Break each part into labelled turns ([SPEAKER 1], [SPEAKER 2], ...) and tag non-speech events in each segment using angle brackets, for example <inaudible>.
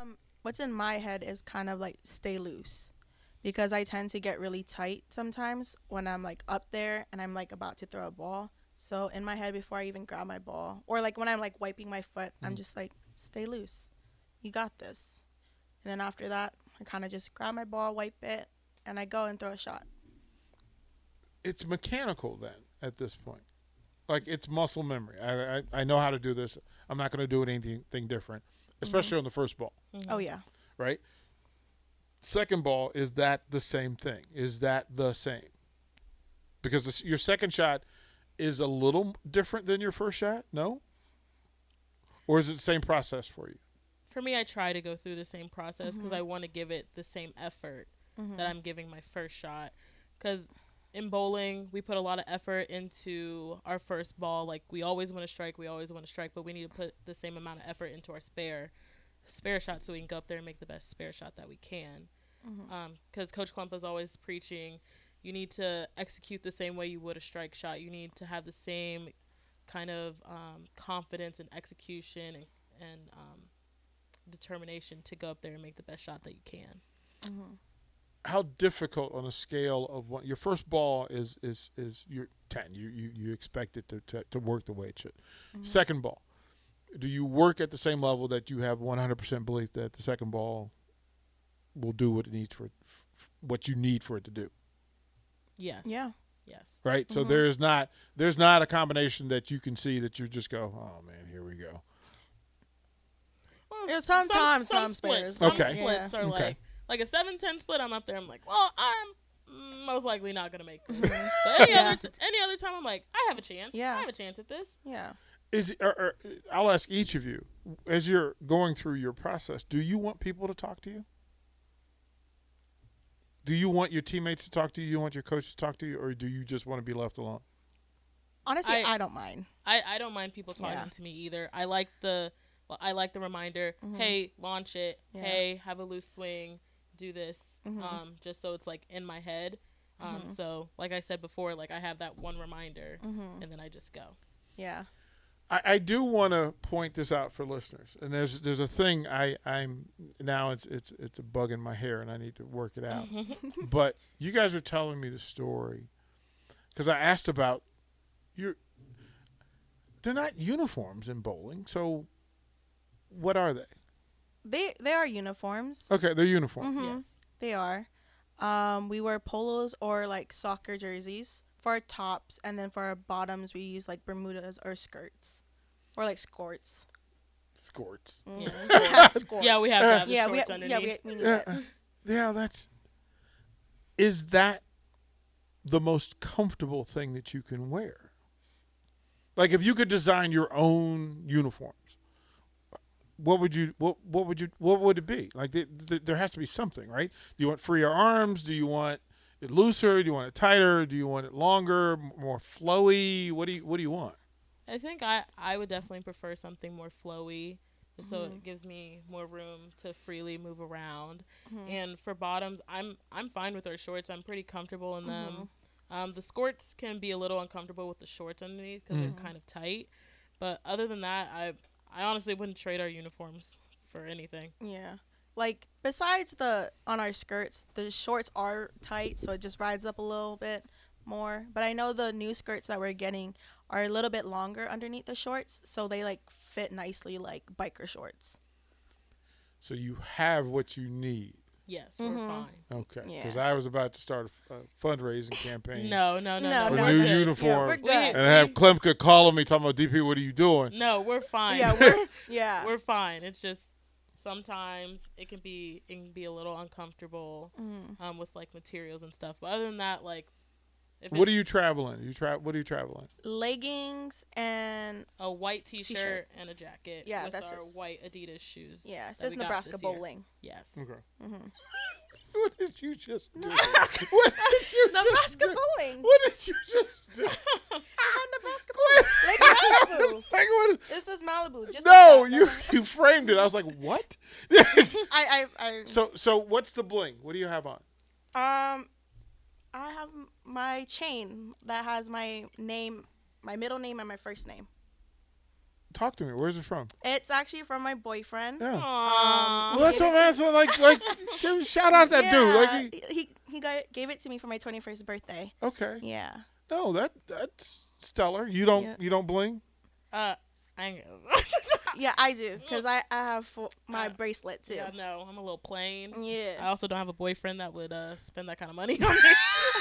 [SPEAKER 1] Um, what's in my head is kind of like stay loose because I tend to get really tight sometimes when I'm like up there and I'm like about to throw a ball. So in my head, before I even grab my ball, or like when I'm like wiping my foot, I'm
[SPEAKER 2] Mm.
[SPEAKER 3] Mhm.
[SPEAKER 1] just like, stay loose. You got this. And then after that, I kind of just grab my ball, wipe it, and I go and throw a shot.
[SPEAKER 3] It's mechanical then at this point. Like it's muscle memory. I I, I know how to do this. I'm not going to do it anything different, especially on the first ball,
[SPEAKER 1] Oh,
[SPEAKER 2] Mm.
[SPEAKER 1] yeah.
[SPEAKER 3] right? Second ball is that the same thing? Is that the same? Because this, your second shot is a little different than your first shot, no? Or is it the same process for you?
[SPEAKER 2] For me, I try to go through the same process because I want to give it the same effort
[SPEAKER 1] Mhm.
[SPEAKER 2] that I'm giving my first shot. Because in bowling, we put a lot of effort into our first ball. Like we always want to strike, we always want to strike, but we need to put the same amount of effort into our spare spare shot so we can go up there and make the best spare shot that we can. Because Coach Klump is always preaching, you need to execute the same way you would a strike shot. You need to have the same kind of um, confidence and execution and, and um, determination to go up there and make the best shot that you can.
[SPEAKER 3] how difficult on a scale of one your first ball is is is your 10 you you, you expect it to, to, to work the way it should second ball do you work at the same level that you have 100% belief that the second ball will do what it needs for f- f- what you need for it to do
[SPEAKER 2] Yes.
[SPEAKER 1] Yeah.
[SPEAKER 2] <laughs> Yes.
[SPEAKER 3] right so there's not there's not a combination that you can see that you just go oh man here we go
[SPEAKER 2] Well,
[SPEAKER 1] Yeah,
[SPEAKER 2] s-
[SPEAKER 1] sometimes
[SPEAKER 2] some,
[SPEAKER 1] some spares,
[SPEAKER 2] splits, some
[SPEAKER 3] Okay.
[SPEAKER 2] splits are
[SPEAKER 3] Okay.
[SPEAKER 2] like like a seven ten split. I'm up there. I'm like, well, I'm most likely not gonna make. This. but
[SPEAKER 1] <laughs>
[SPEAKER 2] any
[SPEAKER 1] Yeah.
[SPEAKER 2] other t- any other time, I'm like, I have a chance.
[SPEAKER 1] Yeah.
[SPEAKER 2] I have a chance at this.
[SPEAKER 1] Yeah.
[SPEAKER 3] is or, or, I'll ask each of you as you're going through your process. Do you want people to talk to you? Do you want your teammates to talk to you? Do you want your coach to talk to you, or do you just want to be left alone?
[SPEAKER 1] Honestly,
[SPEAKER 2] I-
[SPEAKER 1] I don't mind.
[SPEAKER 2] I, I don't mind people talking
[SPEAKER 1] Yeah.
[SPEAKER 2] to me either. I like the well, I like the reminder. Hey, launch it.
[SPEAKER 1] Mm-hmm. Yeah.
[SPEAKER 2] Hey, have a loose swing. Do this.
[SPEAKER 1] Mhm.
[SPEAKER 2] Um, just so it's like in my head. Um,
[SPEAKER 1] Mm-hmm.
[SPEAKER 2] so like I said before, like I have that one reminder,
[SPEAKER 1] Mhm.
[SPEAKER 2] and then I just go.
[SPEAKER 1] Yeah.
[SPEAKER 3] I, I do want to point this out for listeners, and there's there's a thing I I'm now it's it's it's a bug in my hair, and I need to work it out.
[SPEAKER 2] <laughs>
[SPEAKER 3] but you guys are telling me the story because I asked about your. They're not uniforms in bowling, so what are they?
[SPEAKER 1] They they are uniforms.
[SPEAKER 3] Okay, they're uniform.
[SPEAKER 1] Mhm.
[SPEAKER 2] Yes.
[SPEAKER 1] They are. Um, we wear polos or like soccer jerseys for our tops, and then for our bottoms, we use like Bermudas or skirts, or like skorts.
[SPEAKER 3] Skorts.
[SPEAKER 1] Mm. <laughs>
[SPEAKER 2] Yeah.
[SPEAKER 1] We have skorts.
[SPEAKER 2] Yeah, we have to have the
[SPEAKER 1] Uh, Yeah, we,
[SPEAKER 2] shorts
[SPEAKER 1] yeah,
[SPEAKER 2] underneath.
[SPEAKER 1] we, we need
[SPEAKER 3] Yeah.
[SPEAKER 1] it.
[SPEAKER 3] Yeah, that's. Is that the most comfortable thing that you can wear? Like, if you could design your own uniforms, what would you what what would you what would it be? Like, th- th- there has to be something, right? Do you want freer arms? Do you want it looser? Do you want it tighter? Do you want it longer, m- more flowy? What do you what do you want?
[SPEAKER 2] I think I, I would definitely prefer something more flowy, just so
[SPEAKER 1] Mhm.
[SPEAKER 2] it gives me more room to freely move around.
[SPEAKER 1] Mhm.
[SPEAKER 2] And for bottoms, I'm I'm fine with our shorts. I'm pretty comfortable in them.
[SPEAKER 1] Mhm.
[SPEAKER 2] Um, the skirts can be a little uncomfortable with the shorts underneath because
[SPEAKER 3] Mhm.
[SPEAKER 2] they're kind of tight. But other than that, I I honestly wouldn't trade our uniforms for anything.
[SPEAKER 1] Yeah. Like besides the on our skirts, the shorts are tight, so it just rides up a little bit more. But I know the new skirts that we're getting are a little bit longer underneath the shorts, so they like fit nicely like biker shorts.
[SPEAKER 3] So you have what you need.
[SPEAKER 2] Yes, we're
[SPEAKER 1] Mhm.
[SPEAKER 2] fine.
[SPEAKER 3] Okay. Because
[SPEAKER 1] Yeah.
[SPEAKER 3] I was about to start a, f- a fundraising campaign.
[SPEAKER 2] No, no, no,
[SPEAKER 1] No,
[SPEAKER 2] no.
[SPEAKER 3] for
[SPEAKER 1] no,
[SPEAKER 2] we're
[SPEAKER 3] new
[SPEAKER 1] no.
[SPEAKER 2] good.
[SPEAKER 3] uniform.
[SPEAKER 1] we're
[SPEAKER 2] We-
[SPEAKER 1] good.
[SPEAKER 3] And I have Klemka calling me talking about DP, what are you doing?
[SPEAKER 2] No, we're fine.
[SPEAKER 1] Yeah,
[SPEAKER 2] <laughs>
[SPEAKER 1] we're yeah.
[SPEAKER 2] we're fine. It's just sometimes it can be it can be a little uncomfortable
[SPEAKER 1] Mhm.
[SPEAKER 2] um, with like materials and stuff. But other than that, like if
[SPEAKER 3] What are
[SPEAKER 2] it's
[SPEAKER 3] you traveling? You tra- what are you traveling?
[SPEAKER 1] Leggings and
[SPEAKER 2] a white t-shirt,
[SPEAKER 1] T-shirt.
[SPEAKER 2] and a jacket
[SPEAKER 1] Yeah,
[SPEAKER 2] with
[SPEAKER 1] that's
[SPEAKER 2] our
[SPEAKER 1] us.
[SPEAKER 2] white Adidas shoes.
[SPEAKER 1] yeah, it
[SPEAKER 2] that
[SPEAKER 1] says
[SPEAKER 2] we got
[SPEAKER 1] Nebraska
[SPEAKER 2] this year.
[SPEAKER 1] bowling.
[SPEAKER 2] Yes.
[SPEAKER 3] Okay.
[SPEAKER 1] Mhm.
[SPEAKER 3] What did you just
[SPEAKER 1] <laughs>
[SPEAKER 3] do? what did you just
[SPEAKER 2] <laughs>
[SPEAKER 1] Nebraska
[SPEAKER 3] do?
[SPEAKER 1] bowling.
[SPEAKER 3] What did you just
[SPEAKER 1] <laughs>
[SPEAKER 3] do?
[SPEAKER 1] I said Nebraska bowling. Like
[SPEAKER 3] I <laughs> was
[SPEAKER 1] Malibu.
[SPEAKER 3] like, what is-
[SPEAKER 1] This is Malibu. Just
[SPEAKER 3] no,
[SPEAKER 1] like that.
[SPEAKER 3] you you framed it. I was like, what? <laughs>
[SPEAKER 1] I I I
[SPEAKER 3] so so what's the bling? What do you have on?
[SPEAKER 1] Um, I have m- my chain that has my name, my middle name, and my first name.
[SPEAKER 3] Talk to me. Where's it from?
[SPEAKER 1] It's actually from my boyfriend.
[SPEAKER 3] Yeah.
[SPEAKER 2] Aw.
[SPEAKER 1] Um,
[SPEAKER 3] Well, that's what I'm asking. Like, like, give, shout out that dude. Like, he-
[SPEAKER 1] he he, he got, gave it to me for my 21st birthday.
[SPEAKER 3] okay.
[SPEAKER 1] Yeah.
[SPEAKER 3] No, that that's stellar. You don't
[SPEAKER 1] Yeah.
[SPEAKER 3] you don't bling.
[SPEAKER 2] Uh, I ain't gonna- <laughs>
[SPEAKER 1] Yeah, I do because I, I have fo- my
[SPEAKER 2] Uh,
[SPEAKER 1] bracelet too. Mm,
[SPEAKER 2] yeah, no, I'm a little plain. I <laughs>
[SPEAKER 1] Yeah.
[SPEAKER 2] also don't have a boyfriend that would uh, spend that kind
[SPEAKER 1] <laughs>
[SPEAKER 2] of money.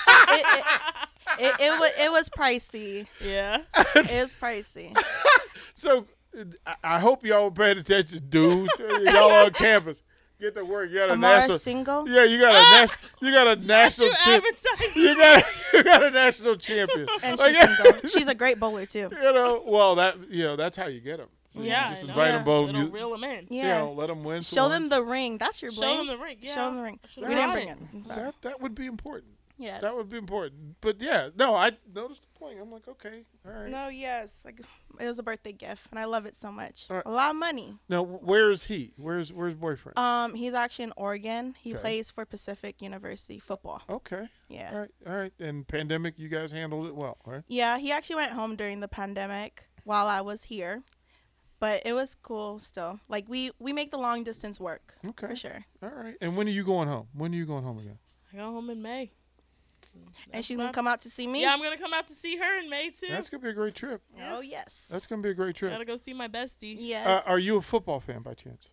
[SPEAKER 1] it, it, it, it, was, it was pricey.
[SPEAKER 2] <laughs> yeah.
[SPEAKER 1] It was pricey.
[SPEAKER 3] So uh, I- I hope y'all were paying attention,
[SPEAKER 1] <laughs>
[SPEAKER 3] dudes. y'all on campus. Get to work. You got a
[SPEAKER 1] Amara
[SPEAKER 3] national.
[SPEAKER 1] single?
[SPEAKER 3] <laughs> Yeah, you got
[SPEAKER 1] Ah!
[SPEAKER 3] a national. You got a national.
[SPEAKER 2] You
[SPEAKER 3] champ-
[SPEAKER 2] advertise-
[SPEAKER 3] you got <laughs> you got a national champion.
[SPEAKER 1] <laughs> And
[SPEAKER 3] Like,
[SPEAKER 1] she's
[SPEAKER 3] <laughs>
[SPEAKER 1] single. She's a great bowler too.
[SPEAKER 3] you know, well that you know that's how you get them.
[SPEAKER 2] yeah,
[SPEAKER 3] just
[SPEAKER 2] I know.
[SPEAKER 3] invite
[SPEAKER 1] Yeah.
[SPEAKER 3] them both.
[SPEAKER 2] It'll
[SPEAKER 3] You,
[SPEAKER 2] reel 'em in.
[SPEAKER 3] you
[SPEAKER 1] Yeah.
[SPEAKER 3] know, let them win. some
[SPEAKER 1] Show them
[SPEAKER 3] ones.
[SPEAKER 1] the ring. That's your
[SPEAKER 2] Show them
[SPEAKER 1] bling.
[SPEAKER 2] the ring. Yeah.
[SPEAKER 1] Show them the ring.
[SPEAKER 2] I should've
[SPEAKER 1] We
[SPEAKER 3] That's
[SPEAKER 1] didn't
[SPEAKER 2] brought
[SPEAKER 1] bring
[SPEAKER 2] it.
[SPEAKER 1] it. I'm sorry.
[SPEAKER 3] That that would be important.
[SPEAKER 1] yes.
[SPEAKER 3] That would be important. But yeah, no, I noticed the point. I'm like, okay, all right.
[SPEAKER 1] No, yes. Like, it was a birthday gift, and I love it so much.
[SPEAKER 3] All right.
[SPEAKER 1] A lot of money.
[SPEAKER 3] Now, where is he? Where's where's boyfriend?
[SPEAKER 1] Um, he's actually in Oregon. He
[SPEAKER 3] Okay.
[SPEAKER 1] plays for Pacific University football.
[SPEAKER 3] okay,
[SPEAKER 1] Oh. Yeah.
[SPEAKER 3] all right, all right. And pandemic, you guys handled it well, all right?
[SPEAKER 1] Yeah, he actually went home during the pandemic while I was here. But it was cool still. Like we we make the long distance work
[SPEAKER 3] Okay,
[SPEAKER 1] for sure.
[SPEAKER 3] all right. And when are you going home? When are you going home again?
[SPEAKER 2] I go home in May.
[SPEAKER 1] and
[SPEAKER 2] That's
[SPEAKER 1] she's going
[SPEAKER 2] fine.
[SPEAKER 1] to come out to see me.
[SPEAKER 2] Yeah, I'm gonna come out to see her in May too.
[SPEAKER 3] That's gonna be a great trip.
[SPEAKER 1] Oh, yes.
[SPEAKER 3] That's gonna be a great trip.
[SPEAKER 2] Gotta go see my bestie.
[SPEAKER 1] yes.
[SPEAKER 3] Uh, are you a football fan by chance?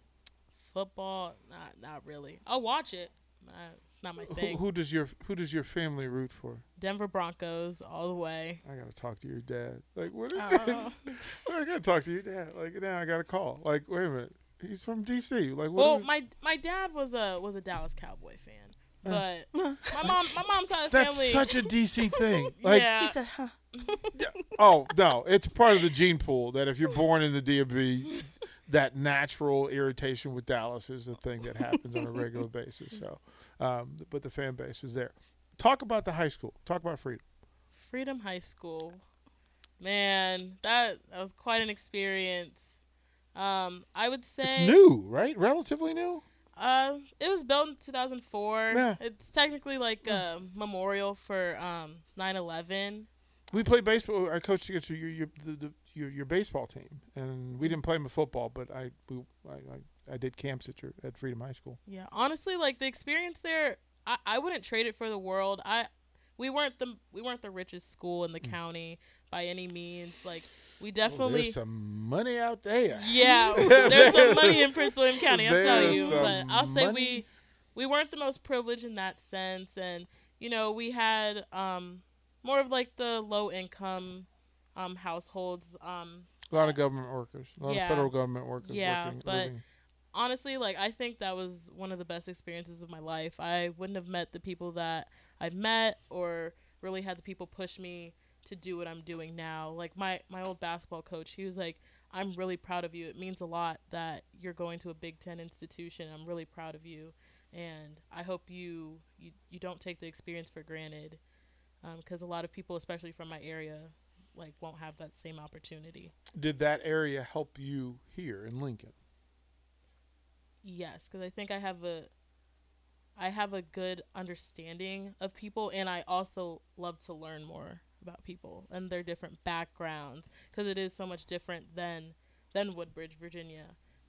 [SPEAKER 2] Football, not not really. I'll watch it. Nah, it's not my
[SPEAKER 3] Who,
[SPEAKER 1] <laughs>
[SPEAKER 2] thing.
[SPEAKER 3] who does your Who does your family root for?
[SPEAKER 2] Denver Broncos all the way.
[SPEAKER 3] I gotta talk to your dad. Like, what is it? <laughs>
[SPEAKER 1] Oh.
[SPEAKER 3] I gotta talk to your dad. Like, now I gotta call. Like, wait a minute. He's from D.C. Like, what?
[SPEAKER 2] Well,
[SPEAKER 3] is-
[SPEAKER 2] my my dad was a was a Dallas Cowboy fan, but
[SPEAKER 1] <laughs> Uh.
[SPEAKER 2] my mom my mom's side of the
[SPEAKER 3] that's
[SPEAKER 2] family.
[SPEAKER 3] such a D.C.
[SPEAKER 2] <laughs>
[SPEAKER 3] thing. Like,
[SPEAKER 1] he
[SPEAKER 2] yeah,
[SPEAKER 1] said, huh.
[SPEAKER 3] oh no, it's part of the gene pool that if you're born in the DMV, that natural irritation with Dallas is a thing that happens on a regular basis. So, um, but the fan base is there. Talk about the high school. Talk about freedom.
[SPEAKER 2] Freedom High School. Man, that that was quite an experience. Um, I would say
[SPEAKER 3] It's new, right? Relatively new.
[SPEAKER 2] Uh, it was built in 2004.
[SPEAKER 3] Yeah.
[SPEAKER 2] It's technically like a memorial for um 9/11.
[SPEAKER 3] We played baseball. I coached against your your the, the, your, your baseball team, and we didn't play them football, but I we I, I, I did camps at your at Freedom High School.
[SPEAKER 2] Yeah, honestly, like the experience there, I, I wouldn't trade it for the world. I we weren't the we weren't the richest school in the county by any means. Like we
[SPEAKER 3] Well,
[SPEAKER 2] definitely
[SPEAKER 3] Oh, there's some money out there. <laughs>
[SPEAKER 2] yeah, there's some money in Prince William County. I'll tell
[SPEAKER 3] There's
[SPEAKER 2] you, but
[SPEAKER 3] some
[SPEAKER 2] I'll say
[SPEAKER 3] money.
[SPEAKER 2] we we weren't the most privileged in that sense, and you know we had um more of like the low income um households um
[SPEAKER 3] A lot of government workers, a lot
[SPEAKER 2] Yeah.
[SPEAKER 3] of federal government workers.
[SPEAKER 2] Yeah,
[SPEAKER 3] working,
[SPEAKER 2] but
[SPEAKER 3] living.
[SPEAKER 2] honestly, like I think that was one of the best experiences of my life. I wouldn't have met the people that I've met or really had the people push me to do what I'm doing now. Like my my old basketball coach, he was like, "I'm really proud of you. It means a lot that you're going to a Big 10 institution. I'm really proud of you." And I hope you you, you don't take the experience for granted because a lot of people, especially from my area, like won't have that same opportunity.
[SPEAKER 3] did that area help you here in Lincoln?
[SPEAKER 2] Yes, because I think I have a, I have a good understanding of people, and I also love to learn more about people and their different backgrounds because it is so much different than than Woodbridge, Virginia,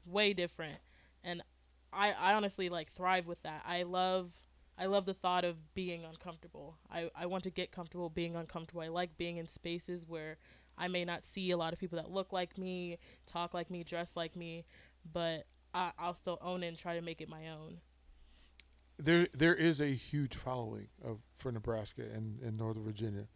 [SPEAKER 2] way different. And I I honestly like thrive with that. I love I love the thought of being uncomfortable. I I want to get comfortable being uncomfortable. I like being in spaces where I may not see a lot of people that look like me, talk like me, dress like me, but I, I'll still own it and try to make it my own.
[SPEAKER 3] There, there is a huge following of for Nebraska and, and Northern Virginia.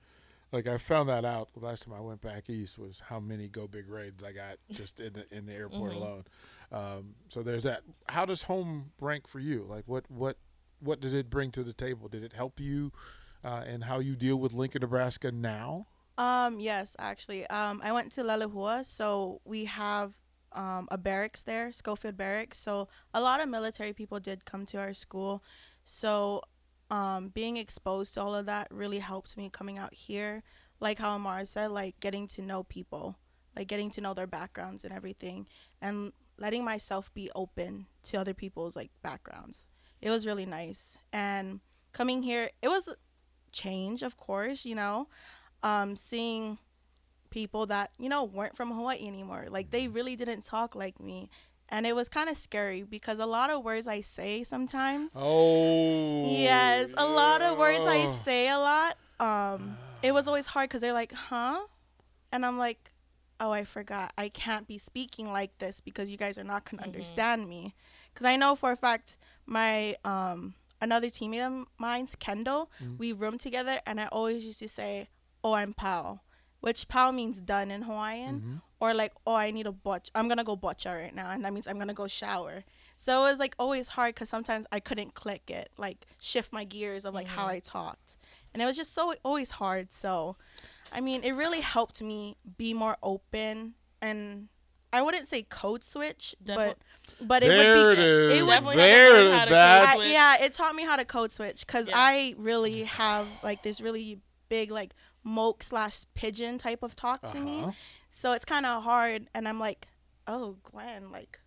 [SPEAKER 3] Like I found that out the last time I went back east was how many Go Big Raids I <laughs> got just in the in the airport
[SPEAKER 2] Mhm.
[SPEAKER 3] alone. Um, so there's that. How does home rank for you? Like what what what does it bring to the table? Did it help you? Uh, and how you deal with Lincoln, Nebraska now?
[SPEAKER 1] Um, yes, actually. Um, I went to Lalehua, so we have um, a barracks there, Schofield Barracks. So a lot of military people did come to our school. So um, being exposed to all of that really helped me coming out here. Like how Amara said, like getting to know people, like getting to know their backgrounds and everything, and letting myself be open to other people's like backgrounds. It was really nice. And coming here, it was a change, of course, you know um, seeing people that you know weren't from Hawaii anymore. Like they really didn't talk like me, and it was kind of scary because a lot of words I say sometimes.
[SPEAKER 3] Oh.
[SPEAKER 1] yes, a lot of words I
[SPEAKER 3] yeah. <sighs>
[SPEAKER 1] say a lot. Um, it was always hard because they're like, "Huh," and I'm like, "Oh, I forgot. I can't be speaking like this because you guys are not gonna
[SPEAKER 2] Mhm.
[SPEAKER 1] understand me." Because I know for a fact my um another teammate of mine's Kendall,
[SPEAKER 3] Mhm.
[SPEAKER 1] we room together, and I always used to say, "Oh, I'm pao," which pao means done in Hawaiian
[SPEAKER 3] Mhm.
[SPEAKER 1] or like oh i need a butch i'm gonna go butcher right now and that means i'm gonna go shower so it was like always hard because sometimes i couldn't click it like shift my gears of like how
[SPEAKER 2] Mhm.
[SPEAKER 1] i talked and it was just so always hard so i mean it really helped me be more open and i wouldn't say code switch
[SPEAKER 2] Defi-
[SPEAKER 1] but but it
[SPEAKER 3] there
[SPEAKER 1] would
[SPEAKER 3] it
[SPEAKER 1] be
[SPEAKER 3] is.
[SPEAKER 1] it would
[SPEAKER 2] Definitely not
[SPEAKER 3] there
[SPEAKER 2] gonna learn how
[SPEAKER 3] it
[SPEAKER 2] to
[SPEAKER 3] is.
[SPEAKER 2] code
[SPEAKER 3] That's-
[SPEAKER 1] I, yeah, it taught me how to code switch because
[SPEAKER 2] Yeah.
[SPEAKER 1] I really have like this really big like moke slash pigeon type of talk to me.
[SPEAKER 3] Uh-huh.
[SPEAKER 1] So it's kind of hard, and I'm like, oh, Gwen, like,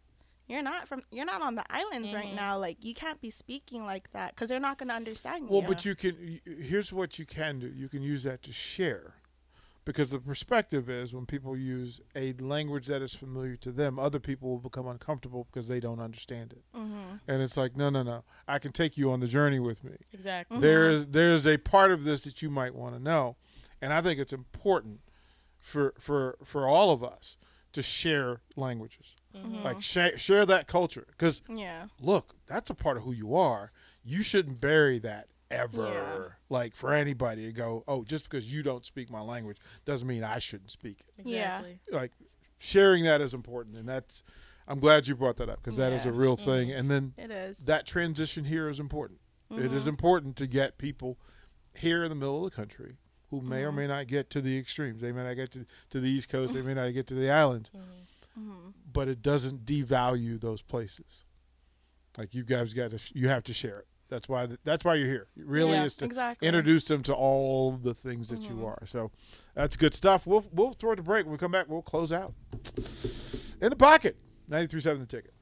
[SPEAKER 1] you're not from, you're not on the islands right
[SPEAKER 2] Mhm.
[SPEAKER 1] now. Like, you can't be speaking like that because they're not gonna understand
[SPEAKER 3] Well,
[SPEAKER 1] you.
[SPEAKER 3] but you can. y- Here's what you can do. You can use that to share, because the perspective is when people use a language that is familiar to them, other people will become uncomfortable because they don't understand it.
[SPEAKER 1] Mhm.
[SPEAKER 3] And it's like, no, no, no. I can take you on the journey with me.
[SPEAKER 2] Exactly.
[SPEAKER 1] Mhm.
[SPEAKER 3] There is there is a part of this that you might want to know, and I think it's important for for for all of us to share languages,
[SPEAKER 2] Mhm.
[SPEAKER 1] Mm-hmm.
[SPEAKER 3] like share share that culture, because
[SPEAKER 1] Yeah.
[SPEAKER 3] look, that's a part of who you are. You shouldn't bury that ever. Like for anybody to go, oh, just because you don't speak my language doesn't mean I shouldn't speak it.
[SPEAKER 1] Yeah.
[SPEAKER 2] Exactly.
[SPEAKER 3] Like sharing that is important, and that's. I'm glad you brought that up because that is a
[SPEAKER 1] Yeah.
[SPEAKER 3] real thing. And then
[SPEAKER 1] It is.
[SPEAKER 3] that transition here is important. It is
[SPEAKER 1] Mhm.
[SPEAKER 3] important to get people here in the middle of the country who may or may not get to the extremes. They may not get to, to the East Coast. They may not get to the islands.
[SPEAKER 2] Mhm.
[SPEAKER 1] Mhm.
[SPEAKER 3] But it doesn't devalue those places. Like you guys got to, sh- you have to share it. That's why th- that's why you're here. It really
[SPEAKER 2] Yeah,
[SPEAKER 3] is to
[SPEAKER 1] exactly.
[SPEAKER 3] introduce them to all the things that you are. So that's good stuff. We'll we'll throw it to break. When we come back, we'll close out in the pocket. 93.7 the ticket.